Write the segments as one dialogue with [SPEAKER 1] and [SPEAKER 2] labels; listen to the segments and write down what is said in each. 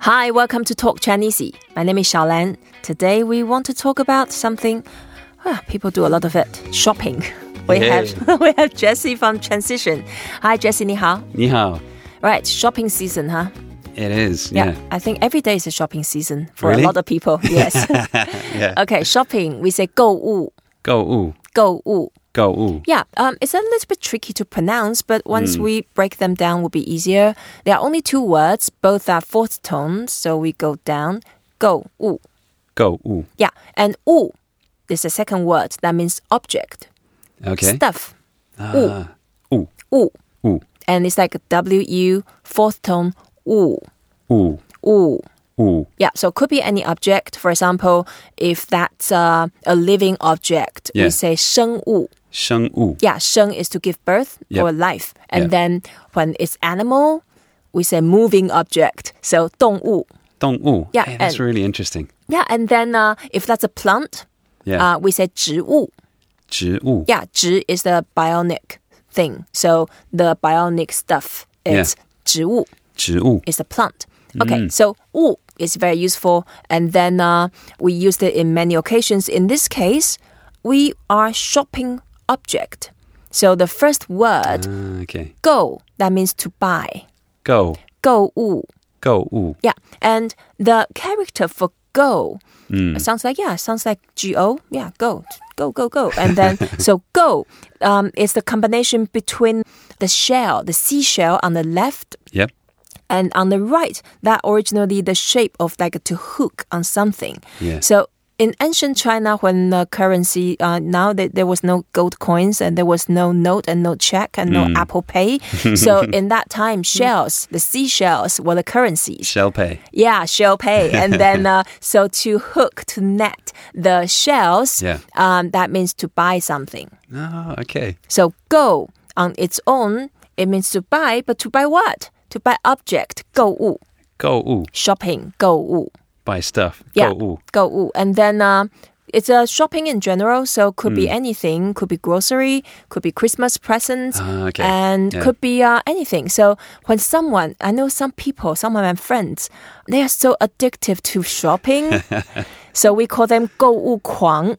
[SPEAKER 1] Hi, welcome to Talk Chinese. My name is Xiaolan. Today we want to talk about something ah, people do a lot of it shopping. We
[SPEAKER 2] Yeah.
[SPEAKER 1] have we have Jessie from Transition. Hi, Jessie, 你好.
[SPEAKER 2] Ni hao.
[SPEAKER 1] Right, shopping season, huh?
[SPEAKER 2] It is. Yeah.
[SPEAKER 1] I think every day is a shopping season for
[SPEAKER 2] Really?
[SPEAKER 1] a lot of people. Yes.
[SPEAKER 2] Yeah.
[SPEAKER 1] okay, shopping. We say 购物,
[SPEAKER 2] Go oo.
[SPEAKER 1] 购物.
[SPEAKER 2] Go oo.
[SPEAKER 1] Yeah, um, it's a little bit tricky to pronounce, but
[SPEAKER 2] Mm.
[SPEAKER 1] once we break them down, will be easier. There are only two words, both are fourth tone, so we go down. 购物.
[SPEAKER 2] Go oo.
[SPEAKER 1] Yeah, and 物 is the second word that means object,
[SPEAKER 2] Okay.
[SPEAKER 1] stuff.
[SPEAKER 2] Ah. Ooh.
[SPEAKER 1] 物
[SPEAKER 2] Ooh.
[SPEAKER 1] and it's like W U fourth tone 物
[SPEAKER 2] Ooh.
[SPEAKER 1] 物
[SPEAKER 2] Ooh.
[SPEAKER 1] yeah, so it could be any object. For example, if that's uh, a living object,
[SPEAKER 2] Yeah.
[SPEAKER 1] we say 生物.
[SPEAKER 2] Sheng oo.
[SPEAKER 1] Yeah, 生 is to give birth
[SPEAKER 2] Yep.
[SPEAKER 1] or life. And
[SPEAKER 2] Yeah.
[SPEAKER 1] then when it's animal, we say moving object. So 动物.
[SPEAKER 2] Dong oo.
[SPEAKER 1] Yeah,
[SPEAKER 2] Hey, that's
[SPEAKER 1] and-
[SPEAKER 2] really interesting.
[SPEAKER 1] Yeah, and then uh, if that's a plant,
[SPEAKER 2] Yeah.
[SPEAKER 1] uh, we say 植物.
[SPEAKER 2] Zhi oo.
[SPEAKER 1] Yeah, 植 is the bionic thing. So the bionic stuff is 植物
[SPEAKER 2] Zhi oo.
[SPEAKER 1] is the plant. Okay, so 物 is very useful. And then uh, we used it in many occasions. In this case, we are shopping object. So the first word,
[SPEAKER 2] Ah, okay.
[SPEAKER 1] go, that means to buy.
[SPEAKER 2] Go.
[SPEAKER 1] 购物.
[SPEAKER 2] Go oo.
[SPEAKER 1] Yeah, and the character for go sounds like yeah, sounds like G O. Yeah, go, go, go, go, and then so go um, is the combination between the shell, the seashell on the left.
[SPEAKER 2] Yep.
[SPEAKER 1] And on the right, that originally the shape of like to hook on something.
[SPEAKER 2] Yeah.
[SPEAKER 1] So in ancient China, when the currency uh, now that there was no gold coins and there was no note and no check and no Apple Pay, so in that time, shells, the seashells, were the currencies.
[SPEAKER 2] Shell pay.
[SPEAKER 1] Yeah, shell pay. And then, uh, so to hook, to net the shells,
[SPEAKER 2] Yeah.
[SPEAKER 1] um, that means to buy something.
[SPEAKER 2] Ah, okay.
[SPEAKER 1] So go on its own, it means to buy, but to buy what? To buy object, 购物,
[SPEAKER 2] Go oo.
[SPEAKER 1] shopping, 购物.
[SPEAKER 2] Buy stuff.
[SPEAKER 1] Yeah,
[SPEAKER 2] Go oo.
[SPEAKER 1] 购物. And then uh, it's uh, shopping in general, so could
[SPEAKER 2] Hmm.
[SPEAKER 1] be anything, could be grocery, could be Christmas presents,
[SPEAKER 2] Ah, okay.
[SPEAKER 1] and
[SPEAKER 2] Yeah.
[SPEAKER 1] could be uh, anything. So when someone, I know some people, some of my friends, they are so addictive to shopping. so we call them 购物狂.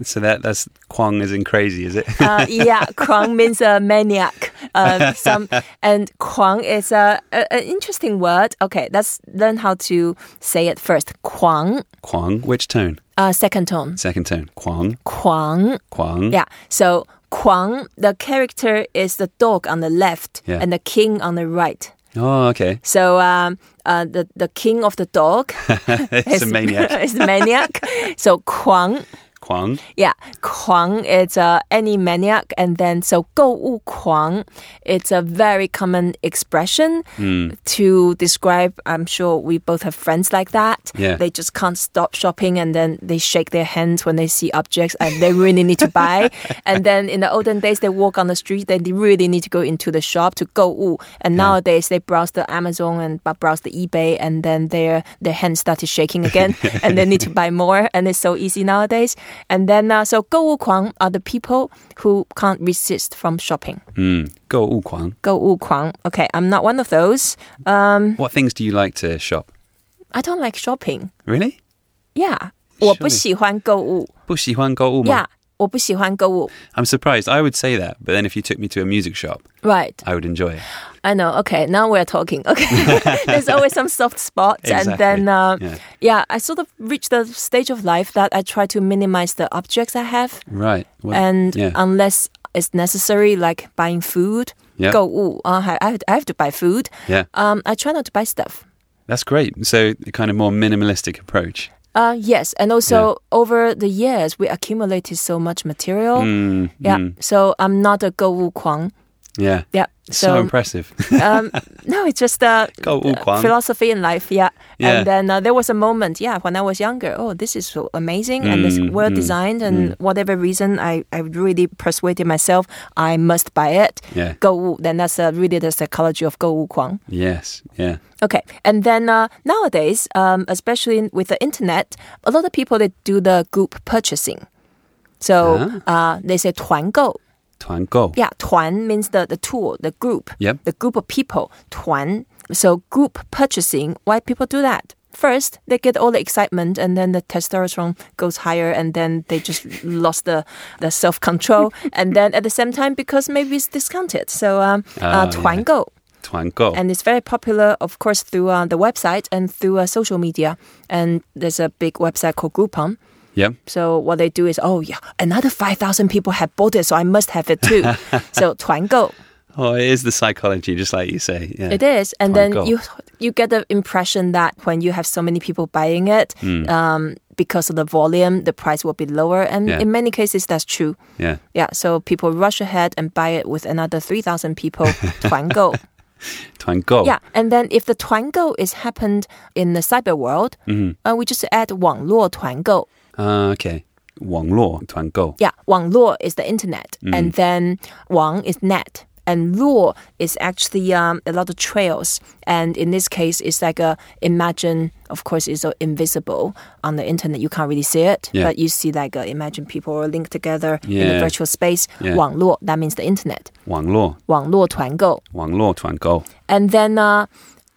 [SPEAKER 2] So that that's Kwang isn't crazy, is it?
[SPEAKER 1] Uh, yeah, 狂 means a maniac. Uh, some and 狂 is a, a an interesting word. Okay, let's learn how to say it first. 狂,
[SPEAKER 2] Kwang. Which tone?
[SPEAKER 1] uh, second tone.
[SPEAKER 2] Second tone. Kwang.
[SPEAKER 1] 狂.
[SPEAKER 2] Kwang.
[SPEAKER 1] Yeah. So Kuang, the character is the dog on the left
[SPEAKER 2] Yeah.
[SPEAKER 1] and the king on the right.
[SPEAKER 2] Oh, okay.
[SPEAKER 1] So um, uh, the the king of the dog
[SPEAKER 2] it's a maniac.
[SPEAKER 1] is the maniac. So Kuang,
[SPEAKER 2] Kwang.
[SPEAKER 1] yeah, Kuang is uh, any maniac, and then so 购物 Kuang, it's a very common expression
[SPEAKER 2] Hmm.
[SPEAKER 1] to describe. I'm sure we both have friends like that.
[SPEAKER 2] Yeah.
[SPEAKER 1] They just can't stop shopping, and then they shake their hands when they see objects and they really need to buy. and then in the olden days, they walk on the street, they really need to go into the shop to 购物. And nowadays, they browse the Amazon and b- browse the eBay, and then their their hands started shaking again, and they need to buy more. And it's so easy nowadays. And then uh, so 购物狂 are the people who can't resist from shopping.
[SPEAKER 2] Mm. Go oo Kwang.
[SPEAKER 1] 购物狂. Okay, I'm not one of those. Um,
[SPEAKER 2] What things do you like to shop?
[SPEAKER 1] I don't like shopping.
[SPEAKER 2] Really?
[SPEAKER 1] Yeah.
[SPEAKER 2] Surely.
[SPEAKER 1] 我不喜欢购物.
[SPEAKER 2] 不喜欢购物吗?
[SPEAKER 1] Yeah, 我不喜欢购物.
[SPEAKER 2] I'm surprised. I would say that, but then if you took me to a music shop,
[SPEAKER 1] Right.
[SPEAKER 2] I would enjoy it.
[SPEAKER 1] I know. Okay, now we're talking. Okay, there's always some soft spots, and then uh,
[SPEAKER 2] Exactly, yeah.
[SPEAKER 1] I sort of reached the stage of life that I try to minimize the objects I have,
[SPEAKER 2] Right. Well,
[SPEAKER 1] and um,
[SPEAKER 2] yeah.
[SPEAKER 1] unless it's necessary, like buying food,
[SPEAKER 2] Yeah.
[SPEAKER 1] go. I have- I have to buy food.
[SPEAKER 2] yeah.
[SPEAKER 1] Um, I try not to buy stuff.
[SPEAKER 2] That's great. So, a kind of more minimalistic approach.
[SPEAKER 1] Uh, yes, and also over the years we accumulated so much material.
[SPEAKER 2] Mm,
[SPEAKER 1] yeah,
[SPEAKER 2] mm,
[SPEAKER 1] so I'm not a go wu kwang.
[SPEAKER 2] yeah.
[SPEAKER 1] Yeah,
[SPEAKER 2] So, impressive.
[SPEAKER 1] um, no, it's just uh,
[SPEAKER 2] Go all
[SPEAKER 1] uh,
[SPEAKER 2] Kwang.
[SPEAKER 1] philosophy in life. Yeah.
[SPEAKER 2] Yeah.
[SPEAKER 1] And then uh, there was a moment, yeah, when I was younger. Oh, this is so amazing and it's
[SPEAKER 2] Mm,
[SPEAKER 1] well
[SPEAKER 2] mm,
[SPEAKER 1] designed. And whatever reason, I, I really persuaded myself I must buy it.
[SPEAKER 2] yeah.
[SPEAKER 1] Go Wu. Then that's uh, really the psychology of Go Wu Kwang.
[SPEAKER 2] Yes. Yeah.
[SPEAKER 1] Okay. And then uh, nowadays, um, especially with the internet, a lot of people they do the group purchasing. So uh, they say 团购.
[SPEAKER 2] Tuan go.
[SPEAKER 1] Yeah, 团 means the, the tool, the group,
[SPEAKER 2] Yep.
[SPEAKER 1] the group of people. 团 So, group purchasing, why people do that? First, they get all the excitement, and then the testosterone goes higher, and then they just lost the, the self control. and then at the same time, because maybe it's discounted, so um, uh,
[SPEAKER 2] Ah, yeah.
[SPEAKER 1] 团购
[SPEAKER 2] Twango.
[SPEAKER 1] and it's very popular, of course, through uh, the website and through uh, social media. And there's a big website called Groupon.
[SPEAKER 2] yeah.
[SPEAKER 1] So what they do is, oh yeah, another five thousand people have bought it, so I must have it too. so 团购
[SPEAKER 2] Oh, it is the psychology, just like you say. Yeah.
[SPEAKER 1] it is, and then
[SPEAKER 2] 团购.
[SPEAKER 1] you you get the impression that when you have so many people buying it,
[SPEAKER 2] Hmm.
[SPEAKER 1] um, because of the volume, the price will be lower, and
[SPEAKER 2] Yeah.
[SPEAKER 1] in many cases that's true.
[SPEAKER 2] Yeah.
[SPEAKER 1] Yeah, so people rush ahead and buy it with another three thousand people 团购.
[SPEAKER 2] Twango.
[SPEAKER 1] Yeah, and then if the 团购 is happened in the cyber world,
[SPEAKER 2] Mm-hmm.
[SPEAKER 1] uh, we just add 网络团购.
[SPEAKER 2] Ah, okay. Wang Luo, Twango.
[SPEAKER 1] Yeah, 网络 is the internet,
[SPEAKER 2] Mm.
[SPEAKER 1] and then 网 is net. And 络 is actually um, a lot of trails. And in this case, it's like a imagine, of course, it's uh, invisible on the internet. You can't really see it,
[SPEAKER 2] Yeah.
[SPEAKER 1] but you see like uh, imagine people are linked together in a
[SPEAKER 2] Yeah.
[SPEAKER 1] virtual space.
[SPEAKER 2] Yeah.
[SPEAKER 1] 网络, that means the internet.
[SPEAKER 2] Wang Luo,
[SPEAKER 1] 网络团购.
[SPEAKER 2] Wang Luo, Twango.
[SPEAKER 1] and then uh,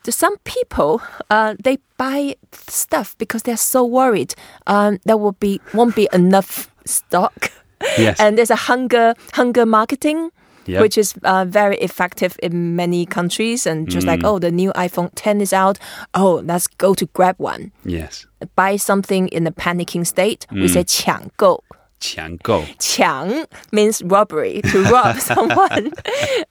[SPEAKER 1] to some people uh, they buy stuff because they're so worried um, there will be won't be enough stock
[SPEAKER 2] Yes.
[SPEAKER 1] and there's a hunger hunger marketing
[SPEAKER 2] Yep.
[SPEAKER 1] Which is uh, very effective in many countries, and just
[SPEAKER 2] Mm.
[SPEAKER 1] like, oh, the new iPhone 10 is out. Oh, let's go to grab one.
[SPEAKER 2] yes.
[SPEAKER 1] Buy something in a panicking state. We say
[SPEAKER 2] Mm.
[SPEAKER 1] 抢购.
[SPEAKER 2] Chango.
[SPEAKER 1] 抢 means robbery, to rob someone.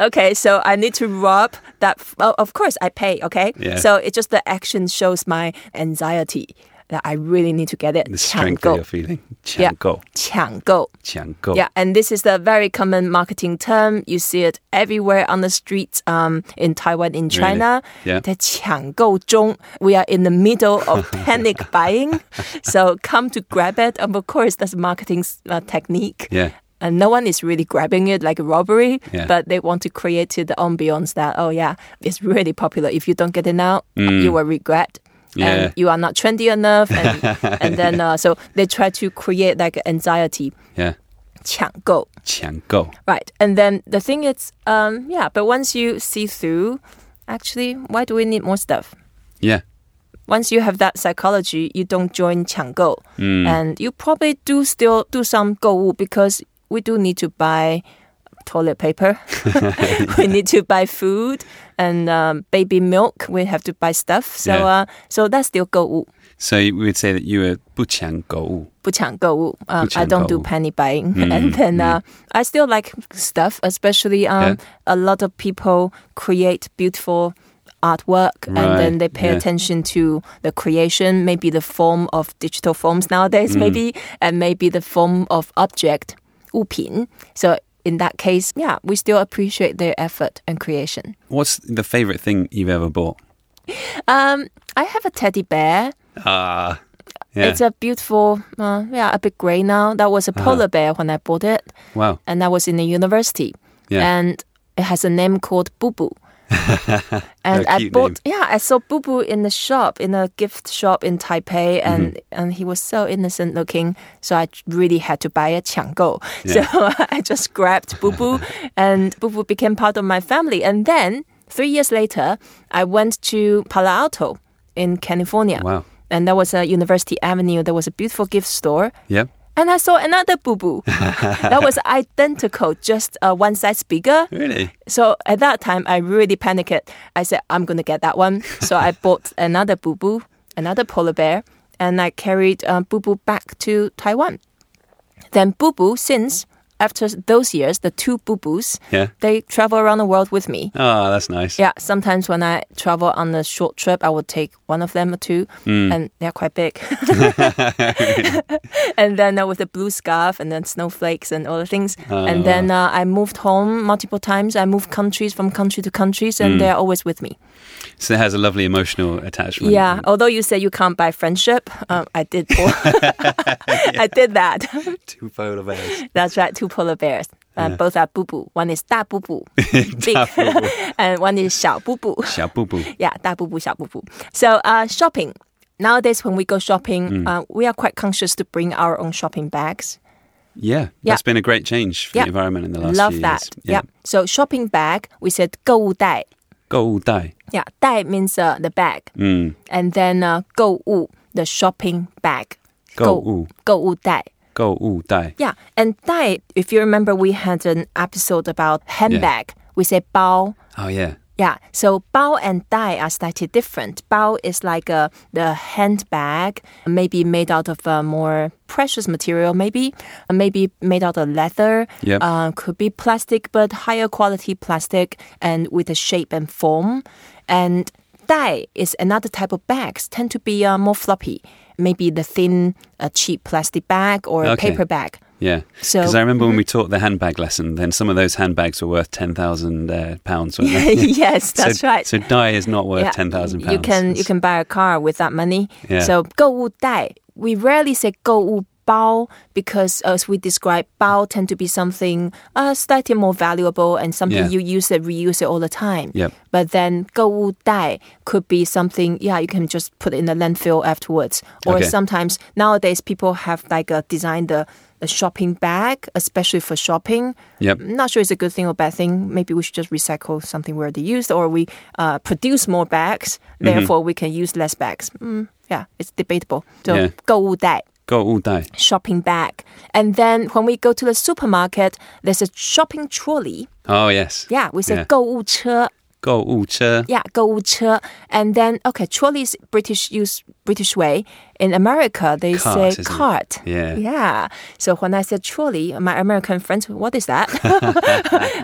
[SPEAKER 1] okay, so I need to rob that. f- oh, of course, I pay, okay?
[SPEAKER 2] Yeah.
[SPEAKER 1] So it just the action shows my anxiety that I really need to get it.
[SPEAKER 2] The strength that you're feeling.
[SPEAKER 1] Yeah.
[SPEAKER 2] Chango.
[SPEAKER 1] 抢购.
[SPEAKER 2] Chango.
[SPEAKER 1] Yeah, and this is the very common marketing term. You see it everywhere on the streets um, in Taiwan, in China.
[SPEAKER 2] Yeah.
[SPEAKER 1] The 抢购中, we are in the middle of panic buying. So come to grab it. And of course, that's marketing uh, technique
[SPEAKER 2] Yeah.
[SPEAKER 1] and no one is really grabbing it like a robbery,
[SPEAKER 2] Yeah.
[SPEAKER 1] but they want to create to the ambience that, oh yeah, it's really popular. If you don't get it now, you will regret.
[SPEAKER 2] Mm. Yeah.
[SPEAKER 1] And you are not trendy enough, and, and then uh, so they try to create like anxiety,
[SPEAKER 2] Yeah.
[SPEAKER 1] 抢购,
[SPEAKER 2] Chango.
[SPEAKER 1] right? And then the thing is, um, yeah. But once you see through, actually, why do we need more stuff?
[SPEAKER 2] Yeah.
[SPEAKER 1] Once you have that psychology, you don't join 抢购, and you probably do still do some 购物 because we do need to buy toilet paper, we need to buy food and um, baby milk. We have to buy stuff, so
[SPEAKER 2] Yeah.
[SPEAKER 1] uh, so that's still 购物.
[SPEAKER 2] So we would say that you were 不抢购物.
[SPEAKER 1] 不抢购物. Um, I don't do
[SPEAKER 2] 不抢购物。
[SPEAKER 1] penny buying, and then uh, I still like stuff, especially um,
[SPEAKER 2] Yeah.
[SPEAKER 1] a lot of people create beautiful artwork, and
[SPEAKER 2] Right,
[SPEAKER 1] then they pay
[SPEAKER 2] yeah.
[SPEAKER 1] attention to the creation, maybe the form of digital forms nowadays, maybe, and maybe the form of object, 物品. So in that case, yeah, we still appreciate their effort and creation.
[SPEAKER 2] What's the favorite thing you've ever bought?
[SPEAKER 1] Um, I have a teddy bear.
[SPEAKER 2] Ah. yeah.
[SPEAKER 1] It's a beautiful, uh, yeah, a bit gray now. That was a polar bear when I bought it.
[SPEAKER 2] wow.
[SPEAKER 1] and I was in the university.
[SPEAKER 2] Yeah.
[SPEAKER 1] And it has a name called Boo Boo. and
[SPEAKER 2] A
[SPEAKER 1] I
[SPEAKER 2] cute
[SPEAKER 1] bought yeah, I saw Boo Boo in the shop, in a gift shop in
[SPEAKER 2] Mm-hmm.
[SPEAKER 1] Taipei and and he was so innocent looking, so I really had to buy a 抢购. So I just grabbed Boo Boo and Boo Boo became part of my family. And then three years later, I went to Palo Alto in California.
[SPEAKER 2] Wow.
[SPEAKER 1] And there was a University Avenue, there was a beautiful gift store.
[SPEAKER 2] Yeah.
[SPEAKER 1] And I saw another boo boo that was identical, just uh, one size bigger.
[SPEAKER 2] Really?
[SPEAKER 1] So at that time, I really panicked. I said, I'm going to get that one. So I bought another boo boo, another polar bear, and I carried uh, boo boo back to Taiwan. Then boo boo, since after those years, the two boo boos,
[SPEAKER 2] Yeah.
[SPEAKER 1] they travel around the world with me.
[SPEAKER 2] Oh, that's nice.
[SPEAKER 1] Yeah, sometimes when I travel on a short trip, I will take one of them or two, and they're quite big. and then uh, with a blue scarf and then snowflakes and all the things. and then uh, I moved home multiple times. I moved countries from country to countries, and they're always Hmm. with me.
[SPEAKER 2] So it has a lovely emotional attachment.
[SPEAKER 1] Yeah, although you say you can't buy friendship, um, I did. I did that.
[SPEAKER 2] Two polar bears.
[SPEAKER 1] That's right, two polar bears. Uh, Both are boo boo. One is 大布布, big, and one is 小布布.
[SPEAKER 2] Shabubu.
[SPEAKER 1] Yeah, 大步步小步步. So, uh, shopping. Nowadays, when we go
[SPEAKER 2] Mm.
[SPEAKER 1] shopping, uh, we are quite conscious to bring our own shopping bags.
[SPEAKER 2] Yeah.
[SPEAKER 1] Yeah.
[SPEAKER 2] That's been a great change for
[SPEAKER 1] Yeah.
[SPEAKER 2] the environment in the last
[SPEAKER 1] Love
[SPEAKER 2] few
[SPEAKER 1] that.
[SPEAKER 2] years. Yeah.
[SPEAKER 1] So, shopping bag, we said 购物袋.
[SPEAKER 2] 购物袋.
[SPEAKER 1] Yeah, 袋 means uh, the bag,
[SPEAKER 2] Mm.
[SPEAKER 1] and then uh, 购物 the shopping bag.
[SPEAKER 2] 购物.
[SPEAKER 1] 购物袋.
[SPEAKER 2] 购物袋.
[SPEAKER 1] Yeah, and 袋, if you remember, we had an episode about handbag. We say 包.
[SPEAKER 2] Oh yeah.
[SPEAKER 1] Yeah, so bao and dai are slightly different. Bao is like uh, the handbag, maybe made out of a more precious material, maybe uh, maybe made out of leather.
[SPEAKER 2] Yep.
[SPEAKER 1] Uh, could be plastic, but higher quality plastic and with a shape and form. And dai is another type of bags, tend to be uh, more floppy, maybe the thin, uh, cheap plastic bag or a
[SPEAKER 2] Okay.
[SPEAKER 1] paper bag.
[SPEAKER 2] Yeah.
[SPEAKER 1] So- Mm-hmm.
[SPEAKER 2] Because I remember when we taught the handbag lesson, then some of those handbags were worth ten thousand uh, pounds. weren't they?
[SPEAKER 1] yes, that's
[SPEAKER 2] so,
[SPEAKER 1] right.
[SPEAKER 2] So dye is not worth
[SPEAKER 1] Yeah,
[SPEAKER 2] ten thousand pounds.
[SPEAKER 1] You can you can buy a car with that money.
[SPEAKER 2] Yeah.
[SPEAKER 1] So 购物袋. We rarely say 购物包 because as we describe, 包 tend to be something uh, slightly more valuable and something
[SPEAKER 2] Yeah.
[SPEAKER 1] you use it, reuse it all the time.
[SPEAKER 2] Yep.
[SPEAKER 1] But then 购物袋 could be something, yeah, you can just put it in the landfill afterwards. Or
[SPEAKER 2] Okay.
[SPEAKER 1] sometimes nowadays people have like uh, designed a, a shopping bag, especially for shopping.
[SPEAKER 2] Yep.
[SPEAKER 1] I'm not sure it's a good thing or bad thing. Maybe we should just recycle something we already used, or we uh, produce more bags.
[SPEAKER 2] Mm-hmm.
[SPEAKER 1] Therefore, we can use less bags. Mm, yeah, it's debatable. So,
[SPEAKER 2] Yeah.
[SPEAKER 1] 购物袋
[SPEAKER 2] 购物袋.
[SPEAKER 1] shopping bag, and then when we go to the supermarket, there's a shopping trolley.
[SPEAKER 2] Oh yes.
[SPEAKER 1] Yeah, we say
[SPEAKER 2] Yeah.
[SPEAKER 1] 购物车.
[SPEAKER 2] 购物车.
[SPEAKER 1] Yeah, 购物车. And then okay, trolley is British use British way. In America, they
[SPEAKER 2] Cart,
[SPEAKER 1] say
[SPEAKER 2] isn't it?
[SPEAKER 1] cart.
[SPEAKER 2] Yeah.
[SPEAKER 1] Yeah. So when I said trolley, my American friends, what is that?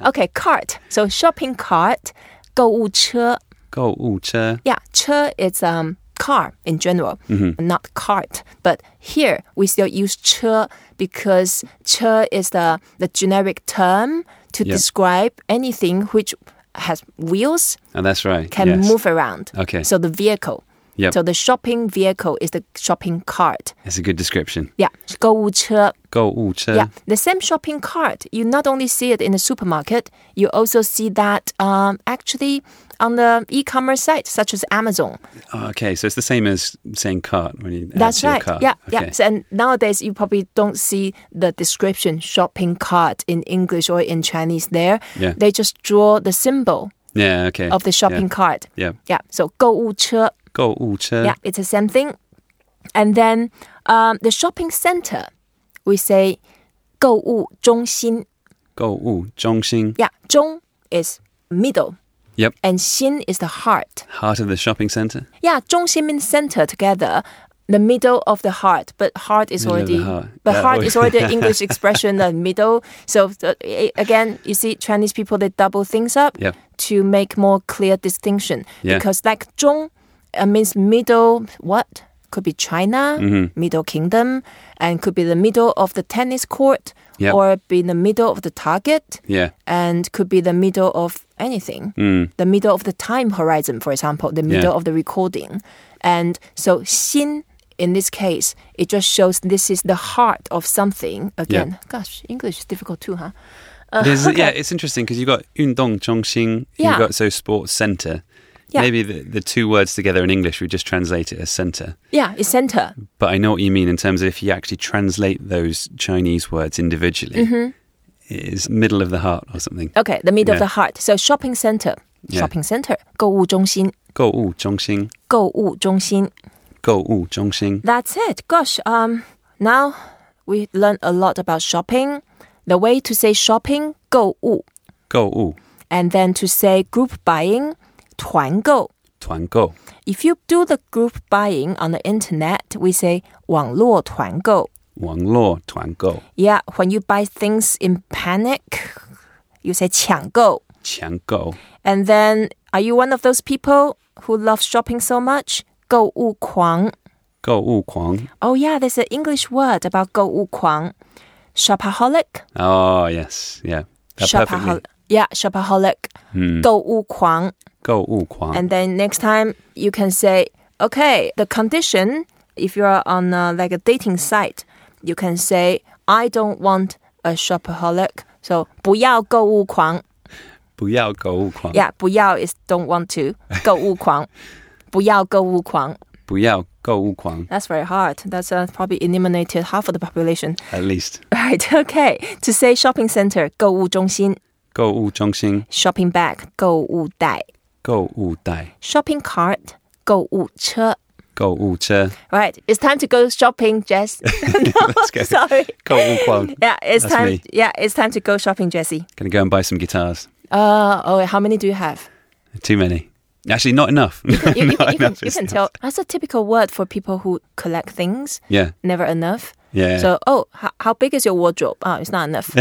[SPEAKER 1] okay, cart. So shopping cart, 购物车.
[SPEAKER 2] 购物车.
[SPEAKER 1] Yeah, 车 is um car in general,
[SPEAKER 2] Mm-hmm.
[SPEAKER 1] not cart. But here we still use 车 because 车 is the the generic term to
[SPEAKER 2] Yeah.
[SPEAKER 1] describe anything which has wheels
[SPEAKER 2] Oh, that's right.
[SPEAKER 1] can
[SPEAKER 2] yes.
[SPEAKER 1] move around.
[SPEAKER 2] Okay.
[SPEAKER 1] So the vehicle.
[SPEAKER 2] Yep.
[SPEAKER 1] So the shopping vehicle is the shopping cart.
[SPEAKER 2] That's a good description.
[SPEAKER 1] Yeah. 购物车.
[SPEAKER 2] 购物车.
[SPEAKER 1] Yeah. The same shopping cart. You not only see it in the supermarket, you also see that um, actually on the e-commerce site such as Amazon.
[SPEAKER 2] Oh, okay, so it's the same as saying cart when you add
[SPEAKER 1] That's
[SPEAKER 2] to your
[SPEAKER 1] right.
[SPEAKER 2] cart.
[SPEAKER 1] Yeah,
[SPEAKER 2] okay.
[SPEAKER 1] yeah. So, and nowadays you probably don't see the description shopping cart in English or in Chinese there.
[SPEAKER 2] Yeah.
[SPEAKER 1] They just draw the symbol
[SPEAKER 2] Yeah, okay.
[SPEAKER 1] of the shopping cart.
[SPEAKER 2] Yeah.
[SPEAKER 1] Yeah. So 购物车.
[SPEAKER 2] Go Ulcha.
[SPEAKER 1] Yeah, it's the same thing. And then um, the shopping center, we say 购物中心.
[SPEAKER 2] Go Wu Zhongxing.
[SPEAKER 1] Yeah, 中 is middle
[SPEAKER 2] Yep.
[SPEAKER 1] and 心 is the heart.
[SPEAKER 2] Heart of the shopping centre.
[SPEAKER 1] Yeah, 中心 means center together. The middle of the heart, but heart is
[SPEAKER 2] Middle of the
[SPEAKER 1] already
[SPEAKER 2] heart. oh,
[SPEAKER 1] but
[SPEAKER 2] That
[SPEAKER 1] heart
[SPEAKER 2] always-
[SPEAKER 1] is already an English expression. The middle. So uh, a- again, you see Chinese people they double things up
[SPEAKER 2] Yep.
[SPEAKER 1] to make more clear distinction.
[SPEAKER 2] Yeah.
[SPEAKER 1] Because like 中 uh, means middle what? Could be China,
[SPEAKER 2] Mm-hmm.
[SPEAKER 1] Middle Kingdom, and could be the middle of the tennis court,
[SPEAKER 2] Yep.
[SPEAKER 1] or be in the middle of the target,
[SPEAKER 2] Yeah.
[SPEAKER 1] and could be the middle of anything.
[SPEAKER 2] Mm.
[SPEAKER 1] The middle of the time horizon, for example, the middle of the recording. And so xin in this case, it just shows this is the heart of something. Again, gosh, English is difficult too, huh?
[SPEAKER 2] It is- Yeah, it's interesting because you've got Yundong Zhongxing,
[SPEAKER 1] Uh, Yeah.
[SPEAKER 2] you've got so sports centre.
[SPEAKER 1] Yeah.
[SPEAKER 2] Maybe the, the two words together in English, we just translate it as centre.
[SPEAKER 1] Yeah, it's center.
[SPEAKER 2] But I know what you mean in terms of if you actually translate those Chinese words individually,
[SPEAKER 1] Mm-hmm.
[SPEAKER 2] it is middle of the heart or something.
[SPEAKER 1] Okay, the middle of
[SPEAKER 2] Yeah.
[SPEAKER 1] the heart. So shopping center.
[SPEAKER 2] Yeah.
[SPEAKER 1] Shopping center. 购物中心.
[SPEAKER 2] Go Wu Zhongxing.
[SPEAKER 1] 购物中心.
[SPEAKER 2] Go Wu Zhongxing.
[SPEAKER 1] That's it. Gosh, um, now we learned a lot about shopping. The way to say shopping, 购物.
[SPEAKER 2] Go Wu
[SPEAKER 1] and then to say group buying, 团购.
[SPEAKER 2] Tuan Go.
[SPEAKER 1] If you do the group buying on the internet, we say 网络团购.
[SPEAKER 2] Wang Lo Tuan Go.
[SPEAKER 1] Yeah, when you buy things in panic, you say 抢购.
[SPEAKER 2] Qiang Go.
[SPEAKER 1] And then, are you one of those people who love shopping so much? 购物狂.
[SPEAKER 2] Go Wu Kuang.
[SPEAKER 1] Oh yeah, there's an English word about 购物狂. Shopaholic.
[SPEAKER 2] Oh, yes. Yeah. That perfectly. Hmm.
[SPEAKER 1] Shopaholic. Yeah, shopaholic. 购物狂.
[SPEAKER 2] Go Wu Kuang.
[SPEAKER 1] And then next time you can say, okay, the condition, if you're on uh like a dating site, you can say, I don't want a shopaholic. So 不要购物狂.
[SPEAKER 2] Buyao Go Wu Kuang.
[SPEAKER 1] Yeah, 不要 is don't want to. 购物狂. 不要购物狂.
[SPEAKER 2] Buyao Go Wu Kuang.
[SPEAKER 1] That's very hard. That's uh, probably eliminated half of the population.
[SPEAKER 2] At least.
[SPEAKER 1] Right, okay. To say shopping center, 购物中心,
[SPEAKER 2] Go Wu Zhongxing.
[SPEAKER 1] shopping bag, 购物袋.
[SPEAKER 2] Go wu dai.
[SPEAKER 1] shopping cart, 购物车.
[SPEAKER 2] Go wu che.
[SPEAKER 1] Right, it's time to go shopping, Jess. no,
[SPEAKER 2] Let's go.
[SPEAKER 1] sorry.
[SPEAKER 2] Go wu guan.
[SPEAKER 1] Yeah, it's
[SPEAKER 2] That's
[SPEAKER 1] time.
[SPEAKER 2] me.
[SPEAKER 1] Yeah, it's time to go shopping, Jesse.
[SPEAKER 2] Gonna go and buy some guitars.
[SPEAKER 1] Uh, oh, how many do you have?
[SPEAKER 2] Too many. Actually, not enough.
[SPEAKER 1] You, you,
[SPEAKER 2] Not
[SPEAKER 1] can, you, can,
[SPEAKER 2] enough
[SPEAKER 1] you
[SPEAKER 2] is
[SPEAKER 1] can
[SPEAKER 2] not-
[SPEAKER 1] tell. That's a typical word for people who collect things.
[SPEAKER 2] Yeah.
[SPEAKER 1] Never enough.
[SPEAKER 2] Yeah.
[SPEAKER 1] So, oh, how, how big is your wardrobe? Oh, it's not enough.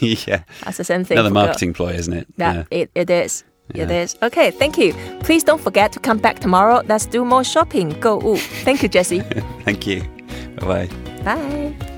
[SPEAKER 2] yeah.
[SPEAKER 1] That's the same thing.
[SPEAKER 2] Another
[SPEAKER 1] for girl.
[SPEAKER 2] marketing ploy, isn't it?
[SPEAKER 1] That it, it is. It is. Okay, thank you. Please don't forget to come back tomorrow. Let's do more shopping. Go. Thank you, Jesse.
[SPEAKER 2] Yeah. Thank you. Bye bye.
[SPEAKER 1] Bye.